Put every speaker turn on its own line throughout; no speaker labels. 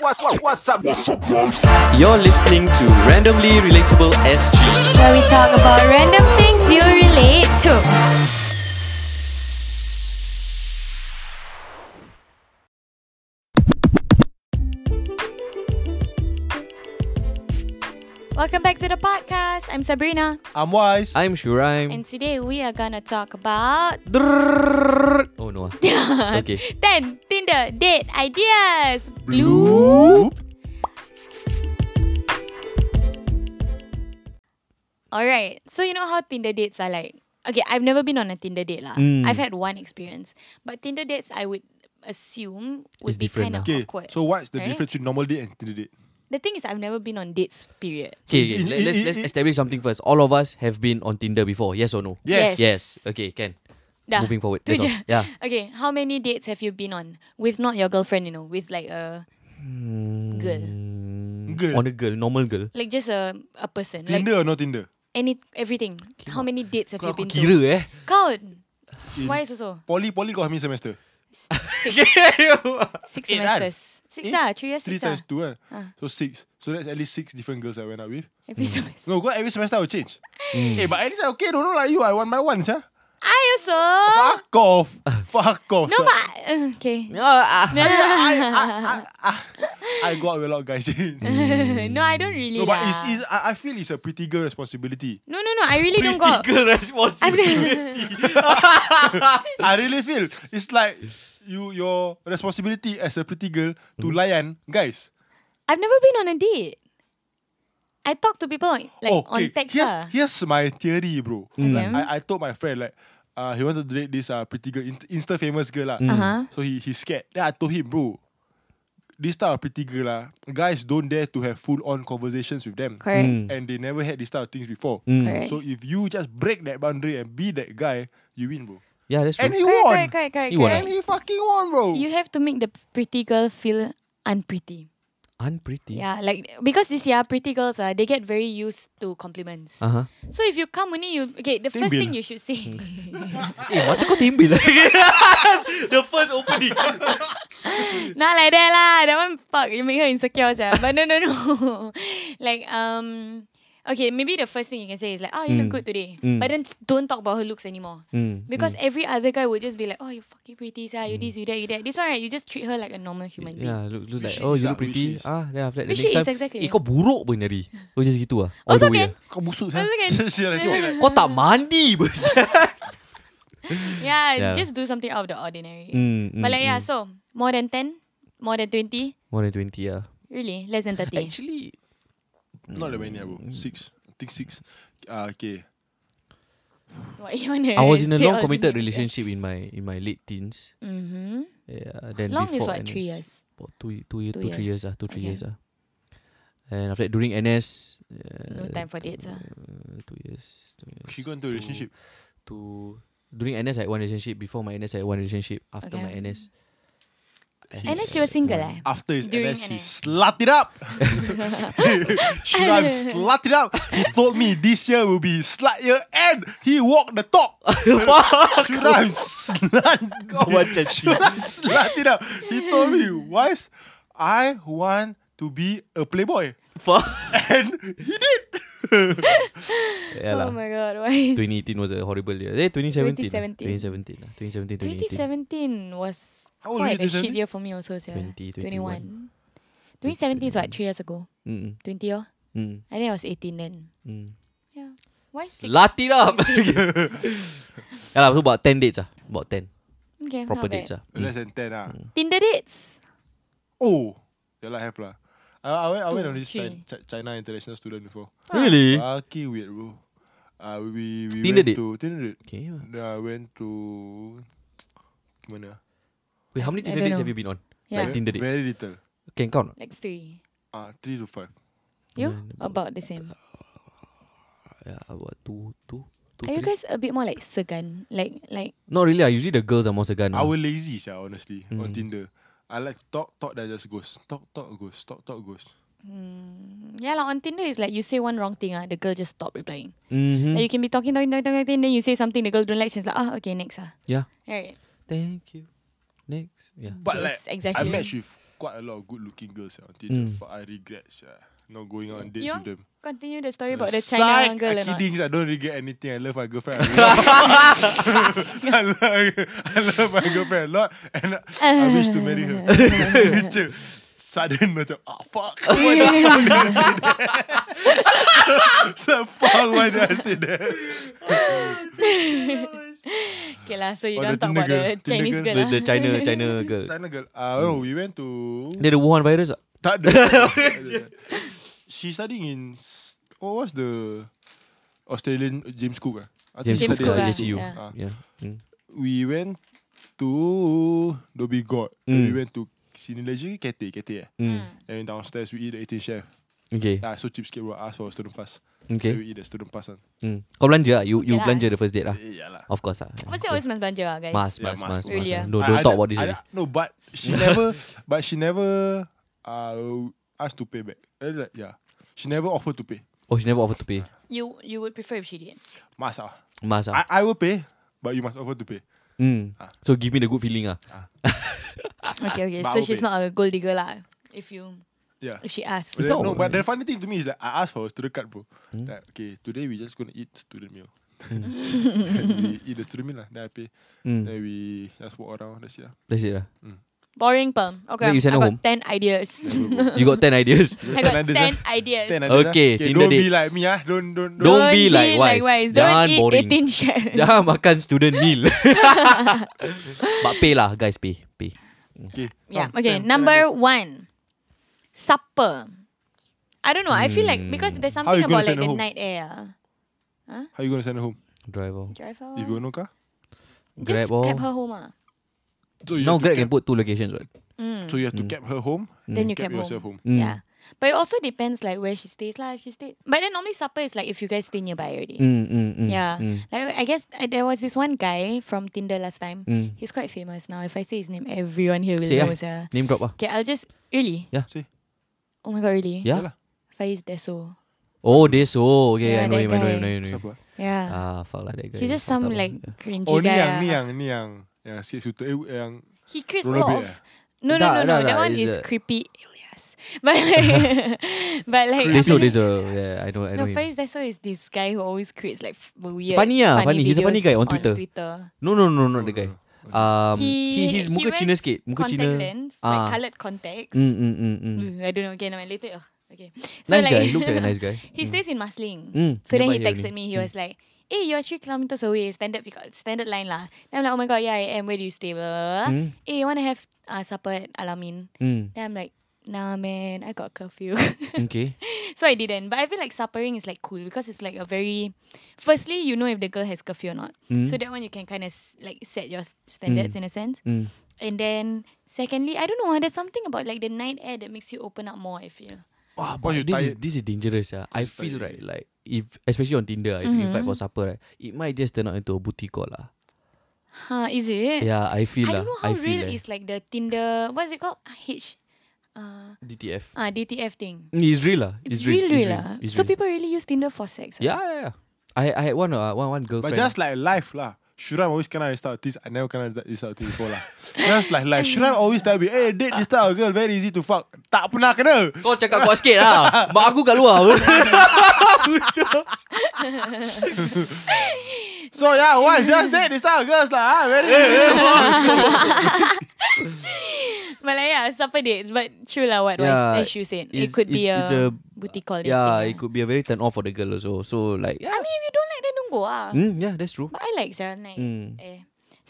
what, what, what's up?
You're listening to Randomly Relatable SG.
where we talk about random things you relate to. Welcome back to the podcast. I'm Sabrina,
I'm wise.
I'm Shuraim.
and today we are gonna talk about
Oh no. ah. Okay.
10 Tinder date ideas. Blue.
Bloop.
Alright, so you know how Tinder dates are like? Okay, I've never been on a Tinder date lah. I've had one experience, but Tinder dates I would assume would
It's
be
different
kind
lah.
of
Okay,
awkward. Eh?
so what's the
right?
difference between normal date and Tinder date?
The thing is, I've never been on dates. Period.
Okay, okay. Let, let's let's establish something first. All of us have been on Tinder before. Yes or no?
Yes.
Yes. Okay, can.
Dah.
Moving forward.
Tu
That's all.
je.
Yeah.
Okay. How many dates have you been on with not your girlfriend? You know, with like a girl,
Mm,
Girl.
On a girl, normal girl.
like just a a person, like
Tinder or not Tinder?
any everything. How many dates have you
Aku
been to?
kira eh.
Count. Why also
Poly, poly got how many semester?
six
Eight, kan?
semesters? Six
Eight?
ah, three years,
Three
six ah.
times two, eh? So six. So that's at least six different girls I went out with.
Every semester.
No, go every semester I will change.
Mm.
Hey, but at least I okay, don't know like you. I want my ones, huh?
I also.
Fuck off. Fuck off. sir.
No, but uh, okay.
Ah, ah.
I, I, I, I, I go out with a lot of guys.
Mm.
no,
no, I don't really.
but
lah.
it's, it's, I, I feel it's a pretty girl responsibility.
no, no, no. I really don't go. out.
Pretty girl
I'm
responsibility.
I really feel it's like you your responsibility as a pretty girl to
Mm.
layan guys.
I've never been on a date. I talk to people on, like
Oh,
on text.
Here's,
ah.
here's my theory, bro. Like,
Okay.
I, I told my friend like uh, he wanted to date this uh, pretty girl, in- insta famous girl lah.
Uh-huh.
So he he scared. Then I told him, bro, this type of pretty girl lah, guys don't dare to have full on conversations with them,
Correct. Mm.
and they never had this type of things before.
Correct.
So if you just break that boundary and be that guy, you win, bro.
Yeah, that's
And he
true.
correct,
won.
correct, correct, correct,
You won,
correct.
And he fucking won, bro.
You have to make the pretty girl feel
Mm.
unpretty.
Unpretty.
Yeah, like because this yeah, pretty girls ah, they get very used to compliments.
Uh-huh.
So if you come only you okay, the first
Timbil.
thing you should say.
Eh, mata kau timbil. The first opening.
Not like that lah. That one fuck you make her insecure, sia. But no, no, no. like um, okay, maybe the first thing you can say is like, oh, you look good today. But then don't talk about her looks anymore.
Mm,
Because every other guy would just be like, oh, you fucking pretty, sia. You this, you that, you that. This one, right? You just treat her like a normal human being.
Yeah, look, look
Which
like,
she
oh,
is
you
lah,
look pretty.
which she is.
Ah, then after that, the
Which
next
she is
time,
exactly. Oh,
eh, kau buruk pun hari. Kau just gitu lah. all
Also
the way
can.
lah.
Kau busuk saya.
Also can.
she like, she like,
Kau tak mandi pun.
Yeah,
Yeah.
just do something out of the ordinary.
mm, mm,
but like,
mm.
yeah, so more than 10, more than 20,
More than 20 lah.
really, less than 30.
Actually,
not that many, ah, bro. Six. I think six. Uh, okay.
what you wanna
I was in a
say uh,
long
all the
committed
names?
relationship in my in my late teens.
Mhm.
Yeah, then
Long is
before
what,
NS,
three years?
About two, two, year,
Two
two, three
years.
years ah, two, three
Okay.
years ah. And after that, during NS, uh,
No time for dates, ah.
uh, two years, two years.
She got into a
two-
relationship.
Two, during NS, I had one relationship. Before my NS, I had one relationship. After
Okay.
my NS,
And then she was single,
Mm.
eh?
After his
During
NS, he
NS.
slut it up. Shuraim slut it up. He told me this year will be his slut year and he walked the talk. Shuraim slut.
Kau macam cik.
Shuraim slut it up. He told me, Wise, I want to be a playboy. And he did.
Yeah lah.
Oh my god, why?
2018 was a horrible year. Eh, 2017.
2017.
2017. lah. 2017, 2018.
2017 was
How old were you
quite a shit
2017?
year for me also, sia.
20,
21. 2017 is what, three years ago?
Mm,
20 year?
mm,
I think I was 18 then.
mm.
Yeah. Why? Six?
Slut it up. yeah lah, so about 10 dates ah. About 10.
Okay,
Proper
not bad.
dates ah.
Less than 10 ah.
Tinder dates.
Oh, yeah, lah, have lah. I, I, went, I went
Two,
on this China,
three.
China international student before.
Ah.
Really?
Fucking weird, bro. Uh, we, we
Eh? Tinder
went
date?
to Tinder date.
Okay. lah.
Then I went to mana?
Wait, how many
I
Tinder
don't
dates
know.
have you been on?
Yeah.
Like Tinder dates?
Very little.
Can count. or not?
Like three.
Ah, three to five.
You? About the same.
Ah, Yeah, about two, two, two,
Are you
three.
guys a bit more like segan? Like, like,
Not really. ah. Usually the girls are more segan.
I
ah.
was lazy, sia, honestly,
Hmm.
on Tinder. I like to talk, talk, then I just ghost. Talk, talk, ghost. Talk, talk, ghost.
yeah, like on Tinder, it's like you say one wrong thing, ah, the girl just stop replying.
Mhm.
Like you can be talking, talking, talking, talking, then you say something, the girl don't like, she's like, ah, okay, next, ah.
Yeah.
Alright.
Thank you. Next. Yeah.
But
Yes,
like, I
exactly.
matched with quite a lot of good-looking girls. Yeah, until
Mm.
fuck, I regret yeah, not going on dates
You
with them.
Continue the story about the
Psych,
China girl
I
and all.
kidding. I don't regret anything. I love my girlfriend. a lot. I love, I love my girlfriend a lot, and I wish to marry her. Macam Sudden macam Ah fuck Why did I say that So fuck Why did I say that
Okay lah, so you
Oh,
don't
the
talk about
Tinder
the
girl.
Chinese
Tinder
girl.
The,
lah.
the China China girl.
Sana girl Ah oh, We went to
Dia ada Wuhan virus Ah. tak?
Tak ada She studying in s- What was the Australian James Cook ah? I think
James
she study
Cook
at
ah,
JCU.
yeah.
Ah.
Yeah. Mm.
We went to Dhoby Ghaut And
Hmm.
Mm.
We went to Sini Leisure ke Cathay Cathay eh
Mm.
And downstairs we eat the 18 chef
Okay.
Ah, so cheapskate will ask for a student pass
Okay.
Then we eat the student pass kan
Mm. Kau belanja lah. You, you
Yalah.
belanja the first date lah.
Eh, Yalah
Of course lah.
Mesti always must belanja lah, guys.
Mas,
Yeah, must,
mas, mas,
really, ah? yeah.
mas. No,
I-
don't
I
talk
don't-
about this.
I
already.
don't- No, but she never, but she never uh, asked to pay back. Eh, like, yeah, she never offered to pay.
Oh, she never offered to pay.
You you would prefer if she did.
Must ah.
Mas ah.
I, I will pay, but you must offer to pay.
Mm.
Ah.
So give me the good feeling ah.
Okay, okay.
But
so
I'll
she's
be-
not a gold digger lah. If you
Yeah.
if she asks.
But
It's
then-
not-
no, but the funny thing to me is that I asked for a student card, bro.
Hmm.
Like, okay, today we just gonna eat student meal. we eat the student meal lah. Then I pay.
Mm.
Then we just walk around. That's it ah. lah.
That's it lah.
Boring perm. Okay,
Wait, you send her
I got
home?
ten ideas.
You got 10 ideas.
I got ten ideas.
Ten ideas lah.
Okay, Tinder
don't be
dates.
like me ah. Don't don't
Don't be
like
likewise.
Don't
Jangan
eat
boring.
18 chefs.
Jangan makan student meal. But pay lah guys, pay. Pay.
Okay.
Yeah.
Come,
Okay.
ten- ten
Number
ideas.
one, supper. I don't know. I feel like because there's
How you
something
gonna
about like
send her
the
home?
night air.
How you gonna send her home?
Drive all.
Drive her.
If you got no car.
Just
Grab all.
grab her home. Ah.
So Oh, you
Now
have to
Grab can
cab-
put two locations right?
Mm.
So you have to
Hmm.
cab her home.
then you
cab
cab home.
yourself home.
Mm.
Yeah. But it also depends like where she stays lah. If she stay, but then normally supper is like if you guys stay nearby already.
Mm, mm, mm,
Yeah.
Mm,
Like I guess uh, there was this one guy from Tinder last time.
mm.
He's quite famous now. If I say his name, everyone here will
Say,
know. Yeah.
Name drop ah.
Okay, I'll just really.
Yeah.
Say.
Oh my god, really?
Yeah.
lah.
Faiz Deso.
Oh, this. Oh, okay. I
Yeah,
know him. I know him. I
that guy.
know him. I know him.
Siapa?
Yeah.
Ah, fuck lah that guy.
He's just
Fucked up
some
lah.
like cringy
Oh, ni
guy.
yang,
ah.
ni yang, ni yang. Yang sikit suta, eh, yang
He creeps
roller blade
off.
eh.
No, no,
Dah,
no, no.
dah,
that
dah,
one
is
is
a-
creepy. Yes. But like, but like
Deso, Deso. Yeah, I know. I know
No,
him.
Faiz Deso is this guy who always creates like f- weird.
Funny ah, funny. He's a funny
videos
guy on Twitter. No, no, no, not
No,
the guy.
no,
Um,
He-
he, he's
he
muka
wears
Cina sikit. Muka
contact
Cina.
lens,
Ah.
like coloured contacts.
Mm, mm, mm, mm.
Mm, I don't know. Okay, never mind. Later. ugh, Okay. So
nice
like,
guy. Looks like a nice guy.
he stays in Marsiling.
Mm,
So then
nearby here only.
he
Mm.
texted me. He was like, "Hey, you're three kilometers away. Standard pick- standard line lah." Then I'm like, "Oh my god, yeah, I am. Where do you stay?" Blah, blah, blah.
Mm,
Hey, you wanna have uh, supper at Alamin?
mm.
Then I'm like, "Nah, man, I got curfew."
Okay.
so I didn't. But I feel like suppering is like cool because it's like a very. Firstly, you know if the girl has curfew or not.
Mm.
So that one you can kind of like set your s- standards in a sense.
Mm.
And then secondly, I don't know. ah, There's something about like the night air that makes you open up more. I feel.
Wow,
Why you
but this is
tired?
this is dangerous. Yeah. I
Just
feel
tired.
right, like if especially on Tinder, ah, if you
Mm-hmm.
invite for supper, right, it might just turn out into a booty call. lah.
Huh? Is it?
Yeah, I feel
I
lah.
don't know
I
how
feel
real
eh.
is like the Tinder. What is it called? Ah, H. Uh,
DTF.
ah, DTF thing.
Mm, It's real lah.
It's, real, real, ah.
It's
So people really use Tinder for sex. ah?
Yeah, yeah, yeah. I I had one uh, one one
But
girlfriend.
just like life lah. Shuran always kena this type of things. I never kena this type of things before lah. just like life. Shuran always tell me, hey, date this type of girl very easy to fuck. Tak pernah kena.
kau cakap kuat sikit lah. Mak aku kat luar.
So yeah, once just date this type of girls lah. ah, Very easy.
But like yeah, supper dates. But true lah, what
Yeah,
was as you said, it
it's-
could be
it's- it's a-
a, booty call. dating,
yeah,
ah.
it could be a very turn off for the girl also. So like,
I
yeah,
mean, if you don't like, then don't go ah.
mm, yeah, that's true.
But I like sia night.
Mm.
Eh.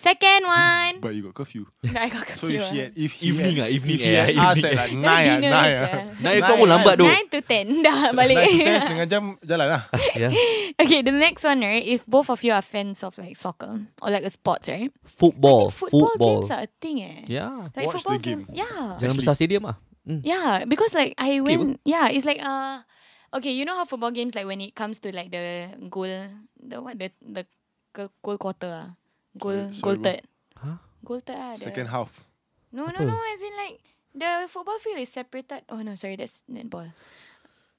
Second one.
But you got curfew.
No, I got
So
confused.
if he had, if he
Evening
had,
ah, evening
if he
eh,
had
evening
asked at
eh.
like nine, ah,
dinner
nine,
is,
ah.
ah.
Nine o'clock pun lambat tu.
9 to 10 dah balik.
Nine to ten setengah jam jalan lah.
Yeah,
okay, the next one right, if both of you are fans of like soccer or like a sports, right?
football,
football,
football.
games are a thing eh.
Yeah,
Like
Watch
football
the game.
game. Yeah.
Actually-
jangan besar stadium ah. Mm.
Yeah, because like I
Okay,
went. Yeah, it's like uh, okay, you know how football games like when it comes to like the goal, the what the the goal goal quarter ah, goal
Sorry,
goal
sorry,
third.
Huh?
Goal third ah. the-
Second half.
No no
Apa?
no, as in like the football field is separated. Oh no, sorry, that's netball.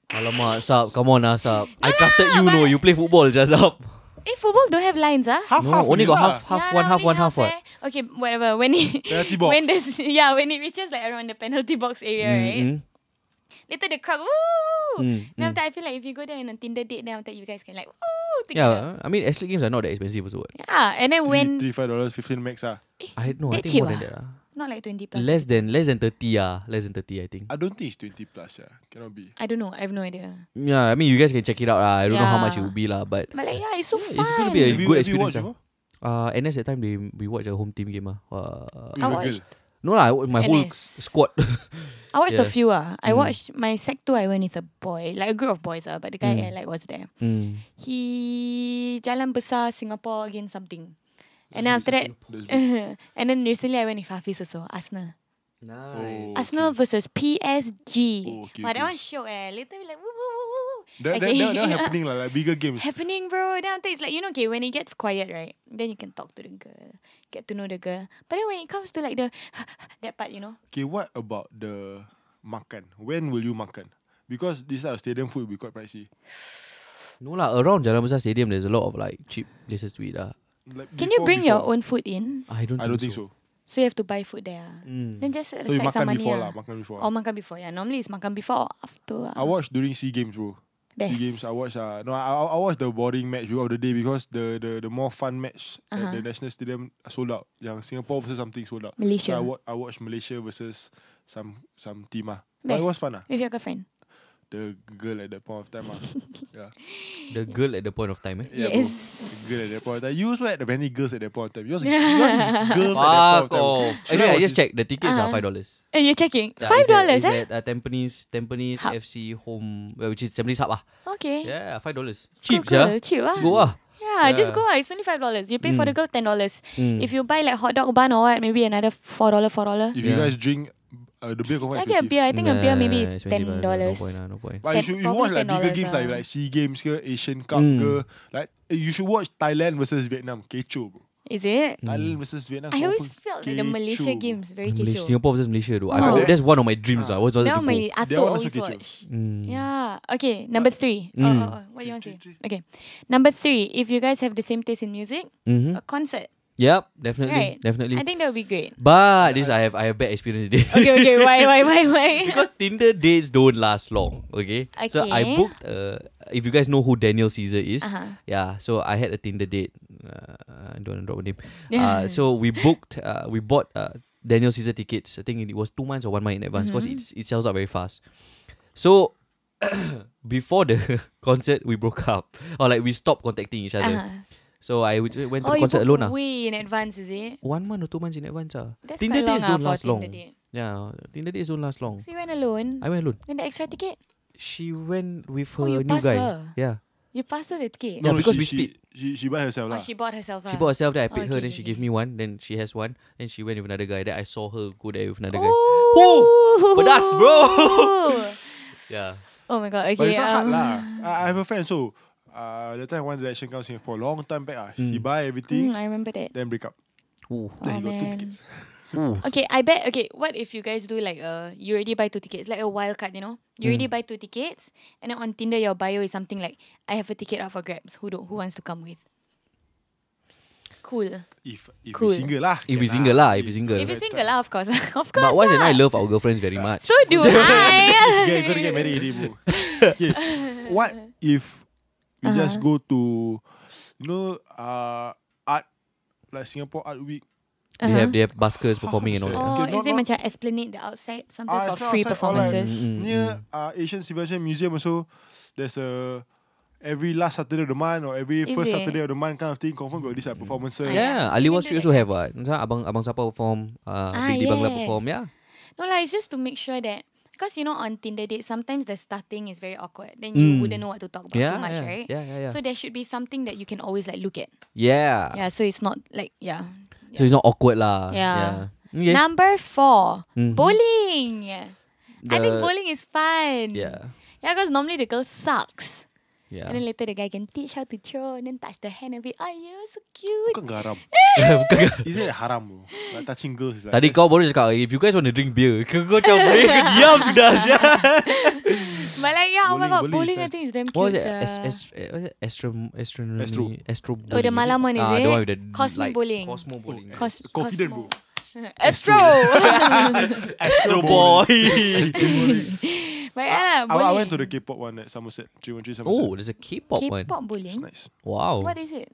Alamak, Sab. Come on lah, Sab. I
No
trusted
lah,
you, no.
but-
You play football just, Sab.
Eh, football don't have lines, ah.
Half,
No,
half.
only got
lah.
half, half
Yeah
one,
lah,
half
only
one, half what?
eh. Okay, whatever. When it
Penalty box.
when there's yeah, when it reaches like around the penalty box area, right? Oh,
Mm,
Later the crowd, woo!
mm, mm,
Then
mm.
after I feel like if you go there on a Tinder date, then after you guys can like woo together.
Yeah, I mean, S League games are not that expensive also. What?
Yeah. and then
Three-
when
three five dollars fifteen max ah.
I had no, I
That
think
cheap
more than that.
ah?
ah.
not like twenty plus.
Less than less than thirty ah, less than thirty I think.
I don't think it's twenty plus. Yeah, cannot be.
I don't know. I have no idea.
Yeah, I mean you guys can check it out lah. I don't know how much it
Yeah.
would be lah, but
But like yeah, it's so
Yeah,
fun.
it's gonna be a-
Have you,
good
have you
experience
watched
ah.
before?
uh, NS that time they we watch a home team game ah. Uh,
With
I
a
watched.
girl.
no lah, I wa- my whole
NS.
s- squad.
I watched a
Yeah.
few. Ah, I
Mm.
watched my sec two. I went with a boy, like a group of boys. Ah, but the guy
Mm.
I like was there.
mm.
He Jalan Besar Singapore against something. And then
That's
after that,
basic, that's basic.
and then recently I went with Hafiz also, Arsenal.
Oh.
Nice.
Arsenal versus PSG.
Oh, okay,
wow, that
okay.
one show eh. Later we like woo woo woo woo. woo.
That, that,
Okay.
that, that happening lah, like bigger games.
Happening, bro. Then after it's like you know, okay, when it gets quiet, right? Then you can talk to the girl, get to know the girl. But then when it comes to like the that part, you know,
Okay, what about the makan? When will you makan? Because this type of stadium food will be quite pricey.
No lah, around Jalan Besar Stadium there's a lot of like cheap places to eat lah.
Like
can you
before-
bring your
before.
own food in?
I don't.
I don't think so.
So you have to buy food there. ah.
Mm.
Then just set
So you makan
aside some money.
before lah,
ah.
makan before.
Or makan before. Yeah, normally it's makan before or after. ah.
I watched during Sea Games, bro.
Best.
Sea Games, I watched. Uh, no, I, I I watched the boring match of the day because the the, the more fun match
Uh-huh.
at the national stadium sold out. Yang Singapore versus something sold out. So I,
Malaysia
wa- I watched Malaysia versus some some team ah. But it was
Best.
fun ah.
with your girlfriend.
The girl at that point of time ah. yeah.
The girl at the point of time. Eh?
Yeah,
yes.
bro. The girl at that point of time. You also had many girls at that point of time. Yours, yours is girls at that point of time. Should
Anyway, I
was his-
just checked. The tickets are
Uh-huh.
five dollars.
And you're checking five dollars,
At,
eh?
uh, Tampines, Tampines
Hub.
FC home, well, which is Tampines Hub ah.
Okay.
Yeah, five dollars. Cheap,
Cool,
yeah.
cool. Cheap, ah.
Let's go ah.
Yeah, just
Yeah.
go. ah. It's only five dollars. You pay for
Mm.
the girl ten dollars.
Mm.
Hmm. If you buy like hot dog bun or what, maybe another four dollar, four dollar.
If you
Yeah.
guys drink, uh, the beer confirm
I get a
expensive.
beer. I think a beer maybe
Nah,
is
expensive,
ten
ah. No-
dollars.
No point, ah, no point.
But you
Ten-
should you
probably
watch like
ten
bigger
dollars
games like
ah.
like Sea Games ke, Asian Cup
Mm.
ke. Like eh, you should watch Thailand versus Vietnam. Kecoh bro.
Hmm.
Is it?
Thailand versus Vietnam.
I always
confirm
felt like the Malaysia
kecoh, bro.
games very
Malaysia,
kecoh.
Singapore versus Malaysia, though. I,
Oh.
I- that's one of my dreams. Ah, I always wanted to
Now my
go.
atuk
That one
always
also kecoh.
watch.
Mm.
Yeah. Okay. Number three.
Mm.
Oh, oh, oh, What do you want to
Three,
say? Okay. Number three. If you guys have the same taste in music,
Mhm.
a concert.
Yep, definitely,
Right.
definitely.
I think that would be great.
but this, I have, I have bad experience with it.
Okay. Okay. Why? Why? Why? Why?
because Tinder dates don't last long. Okay. So I
Okay.
booked. Uh, if you guys know who Daniel Caesar is,
Uh-huh.
yeah. So I had a Tinder date. Uh, I don't want to drop a name. Uh, so we booked. Uh, we bought uh, Daniel Caesar tickets. I think it was two months or one month in advance because
Mm-hmm.
it it sells out very fast. So before the concert, we broke up or like we stopped contacting each other.
Uh-huh.
So I would- went to
Oh,
the
you
concert alone.
booked
ah.
way in advance, is it?
One month or two months in advance. ah.
That's
Tinder
quite long
dates
ah,
don't
for a
last long.
Tinder date.
Yeah, Tinder dates don't last long.
So you went alone.
I went alone.
Then the extra ticket,
She went with her
Oh, you
new
passed
guy.
her.
Yeah.
you passed her the ticket.
Yeah, because
she,
we
she, she she buy herself lah.
Oh, she bought herself.
She
ah.
bought herself, then I paid her,
Okay,
then she
okay,
gave me one, then she has one, then she went with another guy, then I saw her go there with another guy.
Oh,
pedas, bro. Yeah.
oh my god. Okay.
But it's not hard
um,
lah. I, I have a friend so uh, the time one direction come Singapore long time back ah. She buy everything
mm, I remember that.
then break up.
Ooh.
Then
Oh,
he got two
man.
tickets.
Okay, I bet. Okay, what if you guys do like uh, you already buy two tickets, like a wild card, you know? You already
Mm.
buy two tickets, and then on Tinder your bio is something like, "I have a ticket out for grabs. Who do, who wants to come with?" Cool.
If if
Cool.
you single lah.
If you
can
single lah, if you single.
If you're single, lah, of course, of course.
But once and I
lah.
love our girlfriends very much.
So do Oh, I.
Yeah, you gotta get married already, bro. okay. What if we just go
Uh-huh.
to you know uh art like Singapore Art Week?
They have they have buskers performing and all that.
Half
Oh,
Okay,
Uh-huh. is
not-
it
not-
macam Esplanade the outside? Sometimes
Ah,
got
it's not
free
outside, or like-
performances.
Mm,
Near uh, Asian Civilization Museum also there's a every last Saturday of the month or every
Is
first
it?
Saturday of the month kind of thing, confirm got this like performances.
Yeah,
You can
Aliwa
do
Street
that.
also have what. Macam Abang Abang Sapa perform, uh,
Ah,
Big Di Bangla
yes.
perform, yeah.
No lah, it's just to make sure that because you know on Tinder date sometimes the starting is very awkward. Then you
Mm.
wouldn't know what to talk about
Yeah,
too much,
yeah,
right?
yeah, yeah, Ah. yeah.
So there should be something that you can always like look at.
yeah.
yeah, so it's not like yeah.
So it's not awkward lah.
Yeah.
Ah, yeah. Okay.
Number 4
Mhm.
bowling. I think
The-
bowling is fun.
Yeah.
Yeah, because normally the girl sucks.
Yeah.
And then later the guy can teach how to throw and then touch the hand and be, oh you so cute.
Bukan kan garam.
Bukan ke?
Is it haram bro? Like touching girls is like
"Eh, Tadi kau baru cakap If you guys want to drink beer Kau kau macam Boleh kau diam sudah sia.
But like, yeah, oh my
Bowling-
god,
bowling is
bowling I
nice.
think is damn cute.
What was it?
sia.
Est- est- eh, what is it? Astro, astronomy,
Astro.
astro
Oh, the
bowling, is it?
malam one, is
Ah, the
it?
one with the
Cosmo
lights.
bowling.
Cosmo bowling.
Oh,
Cos-
confident, bro.
Astro.
astro boy.
but yeah,
I,
bowling.
I went to the K-pop one at Somerset. 313 Somerset.
oh, there's a K-pop, one.
K-pop
It's
bowling.
nice.
Wow.
What is it?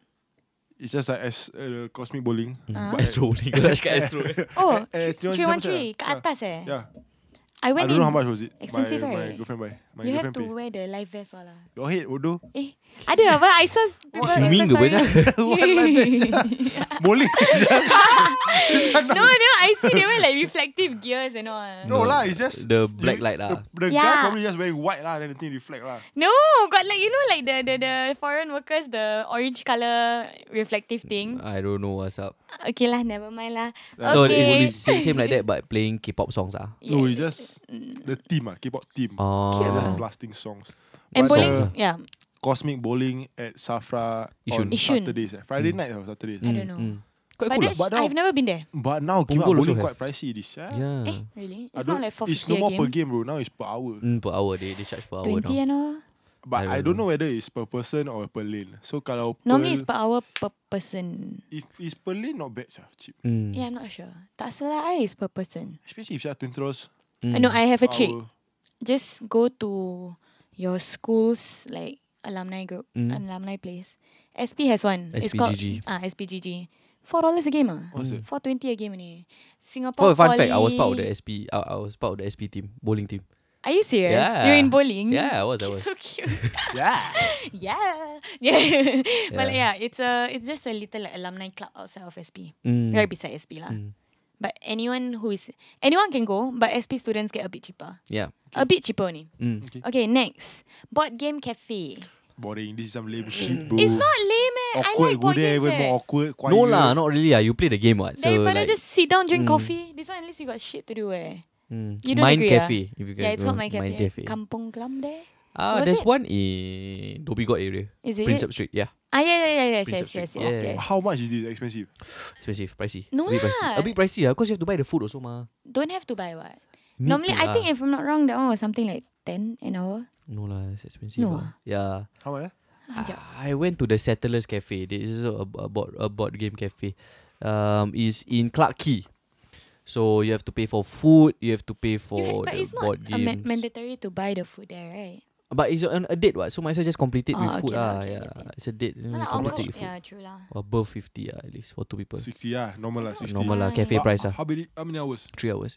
It's just like as, uh, Cosmic Bowling.
Ah.
but-
Astro bowling. Kau nak cakap astro. eh?
Oh,
eh, 313
three one three
Somerset,
kat
ah.
atas eh.
Yeah. I
I went
don't know how
in.
much was it.
Expensive,
my, my
right?
girlfriend buy. My
You
girlfriend
have to
pay.
wear the life vest all lah.
Your head, Odo.
Eh, ada apa? I saw people
Swimming eh? ke apa,
Insta story.
Bowling.
No, no, I see they wear like reflective gears and all.
no lah, it's just
The black light lah.
The, the guy
Yeah.
probably just wearing white lah, then the thing reflect lah.
No, got like you know like the the the foreign workers the orange color reflective thing.
I don't know what's up.
Okay lah, never mind lah.
Yeah.
So
okay.
it's, it's same, same like that, but playing K-pop songs ah.
No, it's just
mm.
the team ah, K-pop team. They're just
Oh.
blasting songs.
and
But,
bowling,
uh,
Songs,
yeah.
Cosmic Bowling at Safra
Yishun. Mm.
on
Yishun.
Saturdays. Eh. Friday night or Saturdays.
I don't know.
Quite cool
But,
ah. lah.
that's,
But now-
I've never been there.
But now Kim
Punggol
bowling
also
quite pricey this. Yeah.
Yeah.
Eh, really?
I
It's
don't,
not like four
it's no
fifty a
more
game.
per game, bro. Now it's per hour.
Mm, per hour they, they charge per hour
Twenty
now.
and all.
But I
I
don't,
don't
know. whether it's per person or per lane. So kalau
Normally it's
per,
per hour per person.
if it's per lane, not bad, sah. cheap.
Mm.
Yeah, I'm not sure. Tak salah I is per person.
Especially if you are twenty dollars
Mm.
I know I have
per
a trick.
hour.
Just go to your school's like alumni group,
Mm.
alumni place. SP has one. It's called
SPGG.
ah SPGG. Four dollars a game ah.
What's it?
Four twenty a game only.
For
Singapore.
fun fact, I was
Poly-
part of the SP. I, I was part of the SP team, bowling team.
Are you serious?
Yeah.
You're in bowling.
Yeah, I was. I was.
So cute.
Yeah.
yeah. Yeah. but like, yeah,
Yeah.
it's a it's just a little like, alumni club outside of SP.
Mm.
Right beside SP lah.
Mm.
But anyone who is anyone can go, but SP students get a bit cheaper.
Yeah.
A bit cheaper only.
Mm.
Okay, next. Board game cafe.
Boring. This is some lame shit, bro.
Mm. It's not lame eh. I
awkward.
like
go
board
there
games
even more
eh.
awkward. Quiet.
No lah, not really lah. You play the game what? So
Daripada
like,
just sit down drink coffee. This one at least you got shit to do eh.
mm.
you don't
Mind
agree ah?
Cafe. If you can
yeah, it's
go
not my cafe.
Mind Cafe.
Kampung Glam there.
Ah,
Was
there's
it?
one in Dhoby Ghaut area.
Is it?
Prinsep Street. Yeah,
Ah yeah yeah yeah yes yes
Prinsep
yes yes,
Street.
yes,
Yeah.
How much is this expensive?
expensive, pricey.
No
a bit pricey.
lah.
A bit pricey ah, cause you have to buy the food also ma.
Don't have to buy what.
Need
Normally
to
I
lah.
think if I'm not wrong that one was something like 10 an hour.
no lah, it's expensive.
No
ah. Yeah.
How much? eh?
Anjap.
I went to the Settlers Cafe. This is a, a board a board game cafe. Um, is in Clark Key. So you have to pay for food. You have to pay for
You had- but
the
it's not
board
a ma-
games.
mandatory to buy the food there, right?
but it's on a date, what? So might as well just complete it
Oh,
with
okay
food,
lah,
ah.
okay,
yeah,
okay.
it's a date. You know,
Not
complete it
awkward.
with Mm, food.
oh, yeah, true lah.
Above fifty, ah, at least for two people.
60 ah, normal lah, 60.
Normal lah,
Ah.
cafe
But
price, ah,
How many, how many hours?
three hours.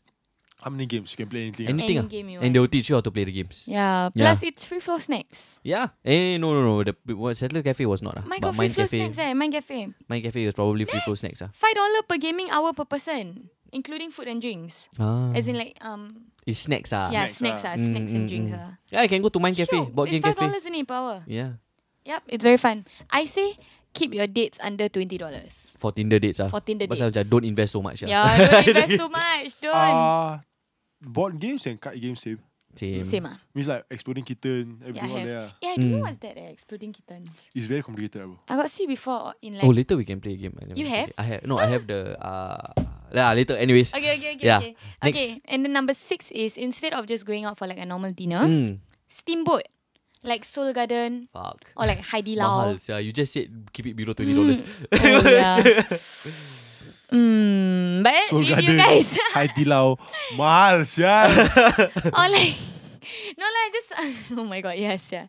How many games? You can play anything.
Any-
ah?
Anything
Any
ah.
game you
And they
want.
will teach you how to play the games.
Yeah.
Yeah.
Plus it's free flow snacks.
Yeah. Eh, no, no, no. The what, Settler Cafe was not. ah.
My
but
god, free
Mind
flow
Cafe,
snacks eh, Mind Cafe.
Mind Cafe was probably free flow snacks. Ah.
Five dollar per gaming hour per person, including food and drinks.
ah.
As in like um
it's snacks. Ah.
yeah,
Snacks,
snacks
ah.
ah, snacks
Mm,
and
mm,
drinks
mm.
ah.
Yeah, I can go to Mind Cafe,
Sure,
board game
it's five
cafe.
dollars only per hour.
Yeah.
Yep, it's very fun. I say keep your dates under twenty dollars.
For Tinder dates ah.
For Tinder
Pasal
dates.
macam don't invest so much ah.
Yeah, don't invest too much. Don't.
Ah, board games and card games same.
Same.
Same ah.
Means like exploding kitten,
Yeah, I
everything all
have.
there. ah.
Yeah, I don't know
Mm.
what's that. Eh, exploding kittens.
It's very complicated, ah, bro.
I got see before in like.
Oh, later we can play a game. I never
You Ah.
played it. I have no. I have the uh. Yeah, later. Anyways.
Okay, okay, okay,
Yeah.
okay.
Next.
Okay, and then number six is instead of just going out for like a normal dinner,
Mm.
steamboat, like Seoul Garden
Fuck.
or like Heidi Lao.
Mahal. sia. you just said keep it below twenty dollars.
Oh, yeah. Mm, but
Seoul
if
Garden,
you guys
Hai Di Lao, mahal sia.
or like no like just oh my god yes yeah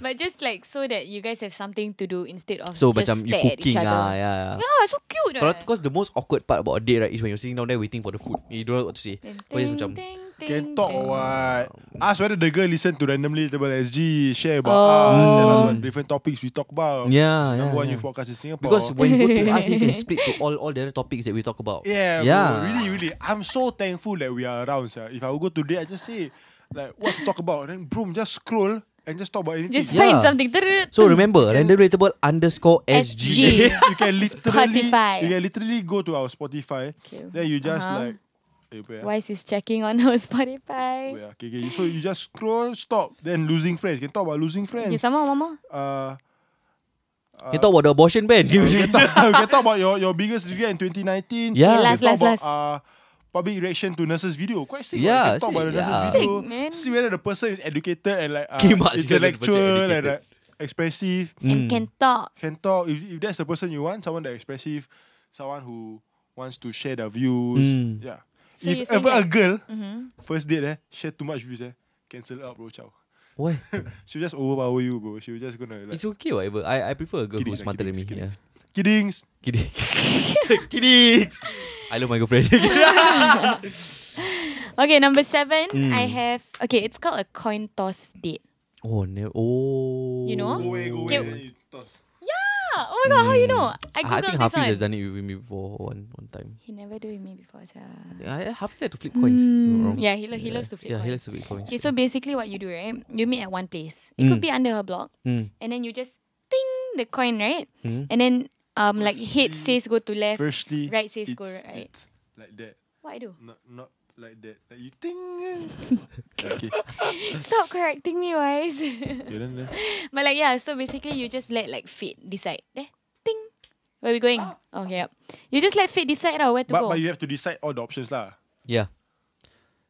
but just like so that you guys have something to do instead of
so
just
macam you
stare at each
cooking
other.
ah, yeah. yeah.
yeah so cute
Kalau
eh.
because the most awkward part about a date right is when you're sitting down there waiting for the food. You don't know what to say.
Ting,
Kau just Oh,
ting,
macam
ting, ting,
Can talk
ting.
or what? Ask whether the girl listen to randomly about SG, share about
Oh.
us, tell us what different topics we talk about.
yeah,
It's
yeah,
number one
yeah.
youth podcast in Singapore.
Because when you go to us, you can split to all all the other topics that we talk about.
Yeah,
yeah.
Bro, really, really. I'm so thankful that we are around. Sir. If I would go today, I just say, like, what to talk about. And then, boom, just scroll and just talk about anything.
just
Yeah.
find something
So remember, random relatable underscore SG.
SG.
you can literally,
Spotify.
you can literally go to our Spotify.
Okay.
Then you just
Uh-huh.
like, eh, wait, ah,
Wise is checking on our Spotify
wait, ah. okay, okay. So you just scroll, stop. Then losing friends. You can talk about losing
okay
friends.
sama mama
Uh,
You talk about the abortion ban.
you can talk, you can talk about your, your biggest regret in 2019.
Yeah.
Okay,
You
last
can
last
talk
last
about, public reaction to nurses video. Quite sick. right? You
Yeah,
can talk
sick,
about the
yeah.
nurses
Sick,
video.
man.
See whether the person is educated and like uh,
Okay, much better than the person
intellectual and
educated.
like, expressive.
Hmm.
and can talk.
Can talk. If, if that's the person you want, someone that expressive, someone who wants to share their views.
Mm.
Yeah.
So you
if
think
ever a
that-
girl
Mm-hmm.
first date eh, share too much views eh, cancel out bro. Ciao.
Why?
She'll just overpower you, bro. She'll just gonna like
It's okay, whatever. I, I prefer a girl
Kidding,
who's smarter than me.
kidding,
Yeah.
kiddings.
Kidding. kidding. I love my girlfriend.
Okay, number seven,
Mm.
I have. Okay, it's called a coin toss date.
oh, no. Oh.
You know? Go
away, go
Okay.
away. then you toss.
Ah, oh my god, how you know? I
Hmm. Ah, I,
googled
think
this
Hafiz
one.
has done it with me before one, one time.
He never do it with me before. Sir.
I, Hafiz had to flip coins. Wrong.
Mm, yeah, he lo- he loves to flip
yeah, he
coins.
loves to flip coins.
Okay, so basically what you do, right? You meet at one place. It could
Mm.
be under her block.
Mm.
And then you just ting the coin, right?
Mm.
And then um like head
Firstly-
says go to left.
Firstly,
Right says
it's-
go right.
it's Like that.
What I do?
Not not like that. Like you think. eh? okay.
Stop correcting me, wise.
Okay, then, then.
but like yeah, so basically you just let like fate decide. There, ting. Where we going? Okay, yep. You just let fate decide uh, where to
But
go.
but you have to decide all the options lah.
Yeah.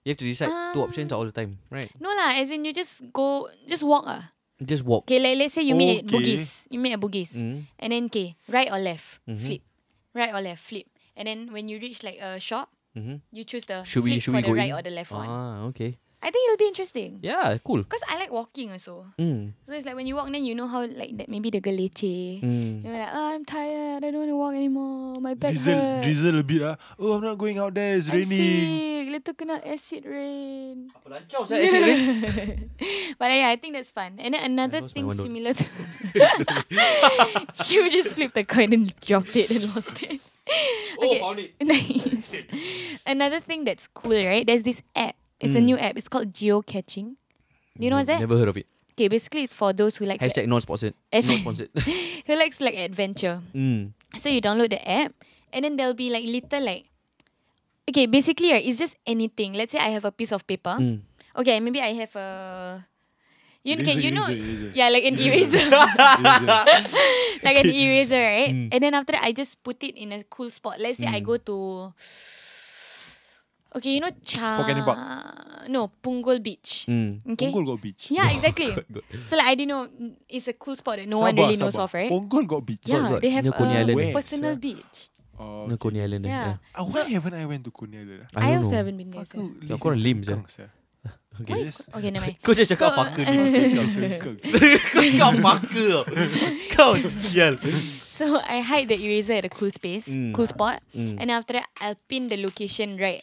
You have to decide two
Um,
options all the time, right?
no lah, as in you just go, just walk ah.
Just walk.
Okay, like let's say you meet at
Okay.
Bugis. You meet at Bugis.
Mm. Mm-hmm.
And then okay, right or left, flip. Right or left, flip. And then when you reach like a shop,
Mhm.
you choose the
Should
flip
we should
for
we
the
go
right
in?
or the left one.
Ah, okay.
I think it'll be interesting.
Yeah, cool.
Because I like walking also.
Mm.
So it's like when you walk then you know how like that maybe the girl leceh.
Mm.
You're like, oh, I'm tired, I don't want to walk anymore. My back
Drizzle
hurt.
drizzle a bit ah. Oh, I'm not going out there. It's
I'm
raining.
sick. Later kena acid rain.
Yeah. Yeah.
But yeah, I think that's fun. And then
I
another
lost my
thing
one note.
similar to she would just flip the coin and dropped it and lost it.
Oh,
Okay.
Oh,
Nice. Another thing that's cool, right? There's this app. It's a new app. It's called geocaching. Do you know what's that?
Mm. Never heard of it.
Okay, basically it's for those who like to-
Hashtag non sponsored.
F-
Non sponsored.
who likes like adventure.
mm.
So you download the app, and then there'll be like little like, okay, basically right, it's just anything. Let's say I have a piece of paper.
Mm.
Okay, maybe I have a. You, okay,
Eraser,
you know,
eraser, eraser.
yeah, like an eraser,
Drizzle.
like an eraser, right?
Hmm.
And then after that, I just put it in a cool spot. Let's say I go to. Okay, you know, Cha.
Fort Canning Park.
No, Punggol Beach.
Mm.
Okay.
Hmm. Punggol Oh got beach.
Yeah, exactly.
Quite good.
So like I didn't know mm, it's a cool spot that no one
Sabah,
really knows
Sabah.
of, right?
Punggol got beach.
yeah,
got
they have
near Coney
a
Island,
eh?
personal
Where,
beach.
Oh,
No, Coney Island. eh?
Yeah.
Ah, why haven't I went to Coney Island?
I,
I,
don't
also
know.
haven't been there. sir.
Aku
kau orang lame sia. Okay.
Why is- Okay, never mind.
Kau just cakap
So,
fucker ni.
Okay.
Kau cakap fucker. tau. Kau sial.
So I hide the eraser at a cool space,
Mm.
cool spot,
Mm.
and after that I'll pin the location right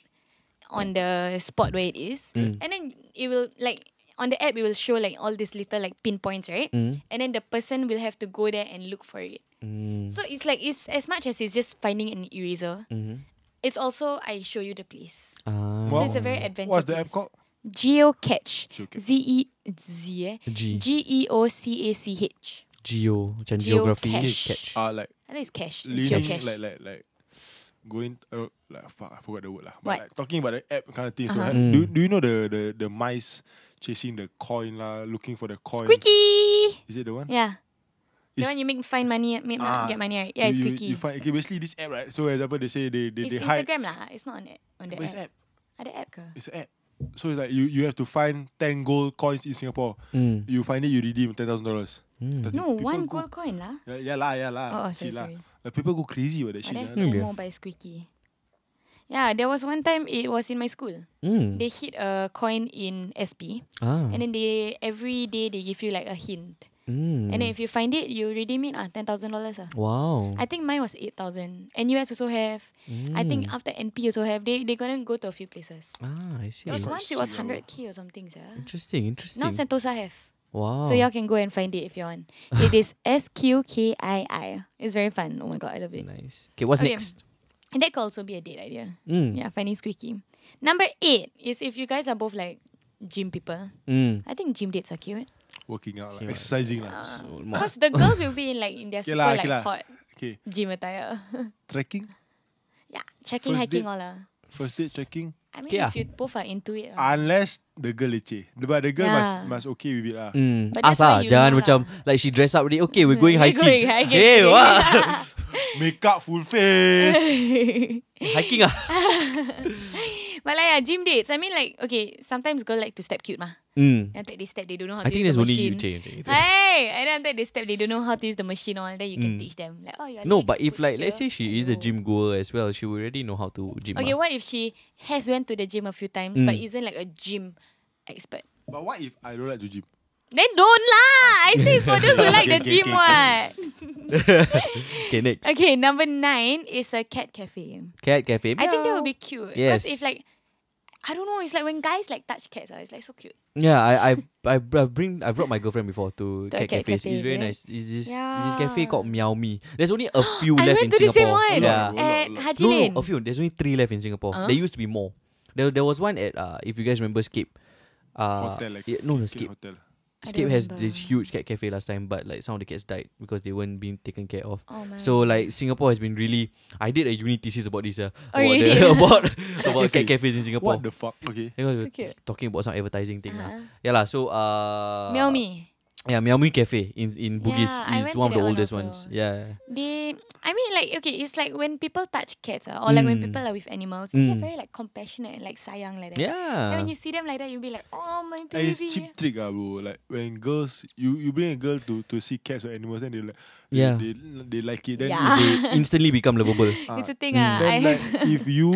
on the spot where it is,
Mm.
and then it will like on the app it will show like all these little like pinpoints, right?
Mm.
And then the person will have to go there and look for it.
Mm.
So it's like it's as much as it's just finding an eraser.
Mhm.
It's also I show you the place.
Ah.
So
Wow.
it's a very adventurous.
What's the app called?
Geocache.
Geocache.
Z E Z eh?
Ah, G.
G E O C A C H.
Geo. Macam
Geocache.
geography.
Geocache.
Ah, like
I think it's cache. It's
leaning,
geocache.
like like like going. Uh, like fuck, I forgot the word lah. But
What?
like talking about the app kind of thing. So
Uh-huh.
like, do
Mm.
do you know the the the mice chasing the coin lah, looking for the coin?
Squeaky.
Is it the one?
Yeah. The
It's-
one you make find money, make mo-
Ah,
get money, right? Yeah,
you,
it's
you-
squeaky.
You find okay, basically this app right. So for example, they say they they, they
it's
hide.
Instagram lah. It's not on the on the
But it's
app.
app.
Ada app ke?
It's an app. So it's like you, you have to find ten gold coins in Singapore.
Mm.
You find it, you redeem ten thousand dollars.
Mm.
No, one gold coin lah.
Yeah, yeah lah, yeah lah.
Oh, oh, sorry,
Shit lah.
sorry.
Like, people go crazy about that
But
shit.
then
lah.
Yeah.
FOMO by Squeaky. Yeah, there was one time it was in my school.
Mm.
They hid a coin in SP,
Ah.
and then
Mm.
they every day they give you like a hint,
Mm.
and then if you find it, you redeem it ah ten thousand dollars ah.
Wow.
I think mine was eight thousand. NUS also have. I think
Mm.
after NP also have. They they gonna go to a few places.
Ah, I see.
There was
quite
once it was
sick, ah.
hundred k or something, sir.
Interesting, interesting.
Now Sentosa have.
wow.
So y'all can go and find it if you want. It is S Q K I I. It's very fun. Oh my god, I love it.
nice. Okay, what's
Okay.
next?
And that could also be a date idea.
Mm.
Yeah, finding squeaky. Number eight is if you guys are both like gym people.
Mm.
I think gym dates are cute.
Working out, like,
Yeah.
exercising lah.
Ah. Because the girls will be in like in their
Okay
super
lah,
like
okay lah.
hot
Okay,
gym attire.
trekking.
yeah. Checking,
First
hiking
date.
all lah.
First date trekking.
I mean
Okay
if
ah.
you both are into it. ah.
Unless the girl leceh. But the girl
Yeah.
must must okay with it lah.
Mm.
But that's
Asa,
why you
jangan
know
macam like she dress up already. Okay, we're going
We're
hiking.
going hiking.
Hey, wah.
Makeup full face.
Hiking ah.
But like yeah, gym dates. I mean like okay, sometimes girl like to step cute mah.
Mm.
Then after they step, they don't know how
I
to
think
use
that's
the
only
machine.
you, Jay. Jay, Jay.
Hey, and then after they step, they don't know how to use the machine all. Then you can
Mm.
teach them like oh your
No,
legs
but if
put
like
here.
let's say she is a
Oh.
gym goer as well, she would already know how to gym.
Okay,
ah.
what if she has went to the gym a few times but
Mm.
isn't like a gym expert?
But what if I don't like to gym?
Then don't lah. I say it's for those who like the
Okay, okay,
gym
okay,
what.
okay, next.
Okay, number nine is a cat cafe.
Cat cafe.
I think that would be cute.
Yes.
Because if like I don't know, it's like when guys like touch cats, ah, it's like so cute.
Yeah, I I I br- I bring I brought my girlfriend before to
To
cat,
cat
cafes.
cafes,
It's very
yeah.
nice. Is this this cafe
Yeah.
called Meow Me? There's only a few
I
left
went
in
to the
Singapore.
same one
Yeah.
Hold on,
at
hold on.
Haji
No,
Lane.
no, a few. There's only three left in Singapore.
Huh?
There used to be more. There there was one at uh if you guys remember Skip. Uh,
Hotel, like
yeah, no no Skip.
Skip hotel.
I
Skip
don't
has
remember.
this huge cat cafe last time, but like some of the cats died because they weren't being taken care of.
Oh my.
So like Singapore has been really. I did a uni thesis about this. Uh,
Oh,
about
you
the-
did?
about about
cafe.
cat cafes in Singapore.
What the fuck? Okay.
Because we
So
we're
cute.
talking about some advertising thing. lah.
Uh-huh.
Yeah lah. So uh.
Meow me.
Yeah, Meow Me Cafe in in Bugis
Yeah, I
is
went
one of
to
the
that one
oldest
also.
ones. Yeah.
They, I mean, like okay, it's like when people touch cats, ah, or like when
Mm.
people are with animals, they get
Mm.
very like compassionate and like sayang like that. And
Yeah.
when you see them like that, you'll be like, oh my
And it's
baby.
cheap trick, ah, bro. Like when girls, you, you bring a girl to, to see cats or animals, and they like, they-
Yeah.
they, they like it. Then
Yeah.
if they,
Instantly become lovable.
ah,
It's a thing,
Mm.
ah. I
then like
have.
if you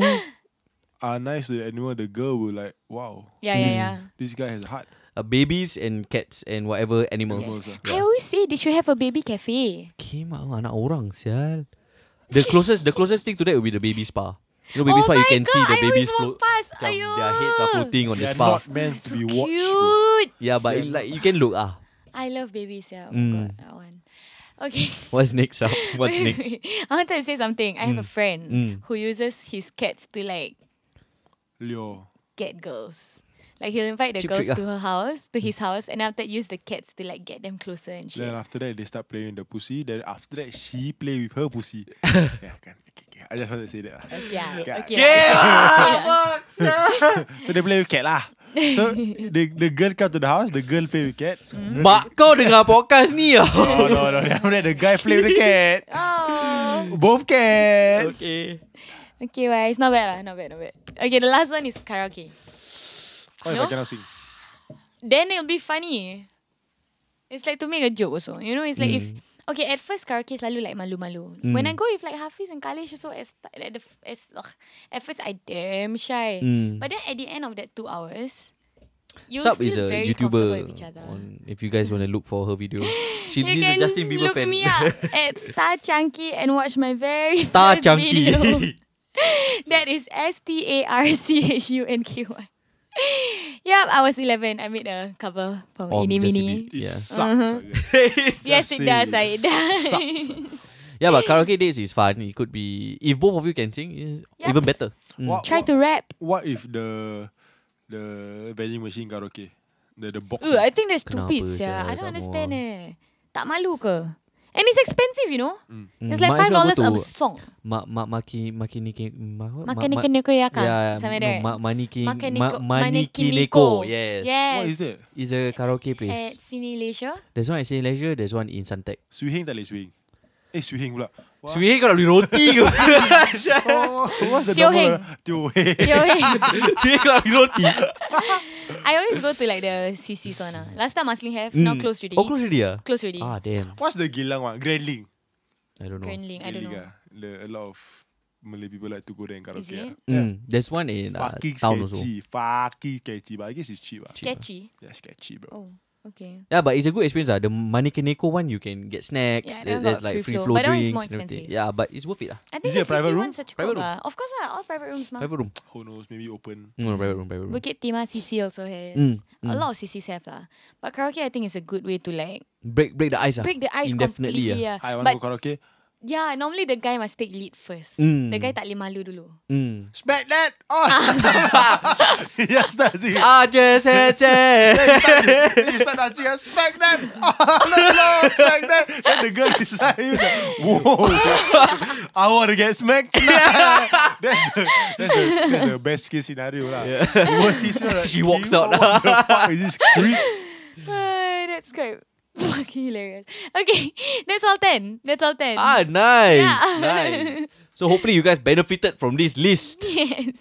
are nice to the animal, the girl will like, wow,
Yeah, yeah,
Mm.
yeah.
this guy has a heart.
Uh, babies and cats and whatever animals.
Animals, ah.
I always say they should have a baby cafe.
Came out anak orang sial. The closest the closest thing to that would be the baby spa. You know, baby
oh
spa
my
you can
God,
see the
I
babies
always
float.
walk past.
Macam
Ayo.
their heads are floating on
They
the
are
spa.
not meant to be watched. bro.
Cute.
Yeah, but it, like you can look ah.
I love babies. Yeah. Oh
Mm.
my god, that one. Okay.
What's next? Ah? What's next?
I wanted to say something. I have a friend
Mm.
who uses his cats to like
Leo.
get girls. Like he'll invite the
Cheap
girls
trick ah. Hmm.
to her house, to his house, and after that use the cats to like get them closer and shit.
Then after that, they start playing the pussy. Then after that, she play with her pussy. yeah, kan. Okay, okay. I just want to say that. ah.
Yeah.
Yeah.
Okay.
So they play with cat lah. So the the girl come to the house, the girl play with cat.
Mm.
Mak kau dengar podcast ni ah.
No, Oh, no, no. Then after that, the guy play with the cat.
Oh.
Both cats.
okay.
Okay, well, it's not bad lah, not bad, not bad. Okay, the last one is karaoke.
What Oh, if I
No?
cannot sing?
Then it'll be funny. It's like to make a joke also. You know, it's like if
Hmm.
okay at first karaoke selalu like malu-malu. When I go with like Hafiz and Kalish also as at the f- as ugh, at first I damn shy.
Mm.
But then at the end of that two hours, you
Sub
feel
is a
very comfortable
YouTuber.
with each other.
On, if you guys want to look for her video, she,
You
she's a
can
Justin Bieber
look
fan.
me up at Star Chunky and watch my very
Star
first
Chunky.
video. that is S T A R C H U N K Y. Yep, I was 11. I made a cover from
On Oh,
Ini
Justin
Mini.
It
Yeah.
sucks.
Uh-huh.
okay.
Yes, it does. ah, It does.
yeah, but karaoke dates is fun. It could be if both of you can sing, it's
Yeah.
even better. Mm.
What,
Try
what,
to rap.
what if the the vending machine karaoke? The the box.
Ooh, I think they're
Kenapa
stupid.
sia,
Yeah, I
tak mahu
don't understand. Eh. Tak malu ke? And it's expensive, you know.
Mm.
It's like
Might as
five
well go
dollars a
to
song.
Ma ma maki maki niki ma, ma-
Makan
ma-
ikan neko yaka.
yeah,
Something
no,
there.
ma, maniki ma,
Makaniko-
maniki neko.
Manikiniko.
Yes.
What
Yes.
is that?
It's a karaoke
At
place.
Sini Leisure.
There's one at Saint Leisure. There's one in Suntec.
Sui Heng tak boleh Sui Heng. Eh, Sui Heng pula. Wah.
Sebenarnya kau nak beli roti ke?
Oh, what's the double?
Teo Heng.
Teo Heng.
Yo, hey.
Sebenarnya kau nak beli roti.
I always go to like the CC sauna. ah. Last time Masling have, now
Mm.
closed already.
Oh, close already ah?
Close already.
Ah, damn.
What's the Gilang one? Grandling.
I don't know.
Currently, I don't
Grandling,
know.
ah. The, a lot of Malay people like to go there and karaoke.
Is it?
ah. Yeah.
Mm, there's one in uh,
Fucking
town also.
sketchy. Fucking sketchy. But I guess it's cheap. ah.
Sketchy.
Yeah, sketchy, bro.
Oh, okay.
Yeah, but it's a good experience. Ah, The Manikineko one, you can get snacks.
Yeah, that
there-
one
there's
got
like
free
free
flow,
flow
but that one is
drinks.
more
and everything.
expensive.
Yeah, but it's worth it. Ah,
I think
it a
the CC
private room?
ones are cukup
Private room.
lah. Of course lah, all private rooms mah.
Private room.
Who knows? Maybe open.
No, no, private room, private room.
Bukit Timah CC also has.
Mm,
A lot of CCs have lah. But karaoke I think is a good way to like
Break break the ice. ah.
break the ice
Indefinitely.
completely.
ah.
Yeah.
I want to
But
go karaoke.
yeah, normally the guy must take lead first.
Mm.
The guy tak boleh malu dulu.
Mm.
Smack that! Oh!
Ah.
yes, that's it.
I just had sex.
you start dancing, ah, smack that! Oh, no, no, smack that! Then the girl beside you, like, whoa! I want to get smacked. that's, the, that's, the, that's the best case scenario. lah. You will see, she, like,
She walks
you
out.
know What the fuck is this creep?
Ay, Ah, that's great. Fucking hilarious. Okay, that's all 10. That's all 10.
Ah, nice,
Yeah.
nice. So hopefully you guys benefited from this list.
Yes.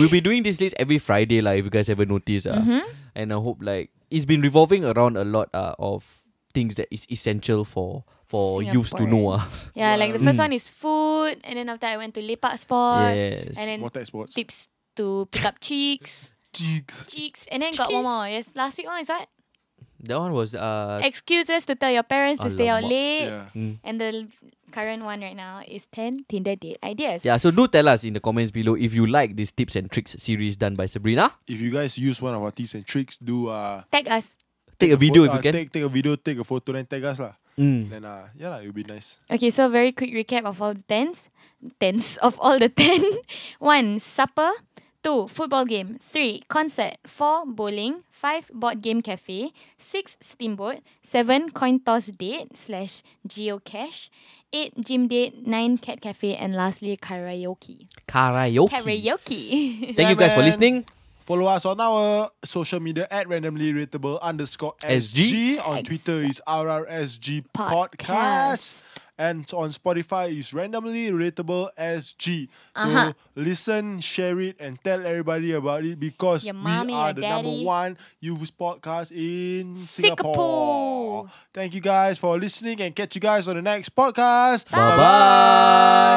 we'll be doing this list every Friday, like if you guys ever noticed. Uh,
Mm-hmm.
And I hope like it's been revolving around a lot uh, of things that is essential for for youths to know. Uh.
Yeah, like the first one is food, and then after I went to Lepak Sports,
Yes.
and then
Water sports.
tips to pick up cheeks,
Cheeks.
cheeks, and then got one more. Yes, last week one is what?
That one was uh
Excuses to tell your parents to stay out
Alamak.
late.
Yeah.
mm.
And the l- current one right now is 10 Tinder date ideas.
yeah, so do tell us in the comments below if you like this tips and tricks series done by Sabrina.
If you guys use one of our tips and tricks, do uh
Tag us.
Take a video
photo-
if
uh,
you can.
Take, take a video, take a photo, then tag us lah.
Mm.
Then uh yeah lah, it'll be nice.
Okay, so very quick recap of all the tens. Tens of all the ten. One, supper. Two, football game. Three, concert. Four, bowling. Five, board game cafe. Six, steamboat. Seven, coin toss date slash geocache. Eight, gym date. Nine, cat cafe. And lastly, karaoke.
Karaoke.
Karaoke.
Thank you guys
Yeah,
for
man.
listening.
Follow us on our social media at randomly readable underscore
SG.
SG. On Twitter is RRSG
Podcast.
podcast. And on Spotify is randomly relatable SG. So
Uh-huh.
listen, share it, and tell everybody about it because
Your
we
mommy,
are
your
the
daddy.
number one youth podcast in Singapore.
Singapore.
Thank you guys for listening and catch you guys on the next podcast.
Bye bye.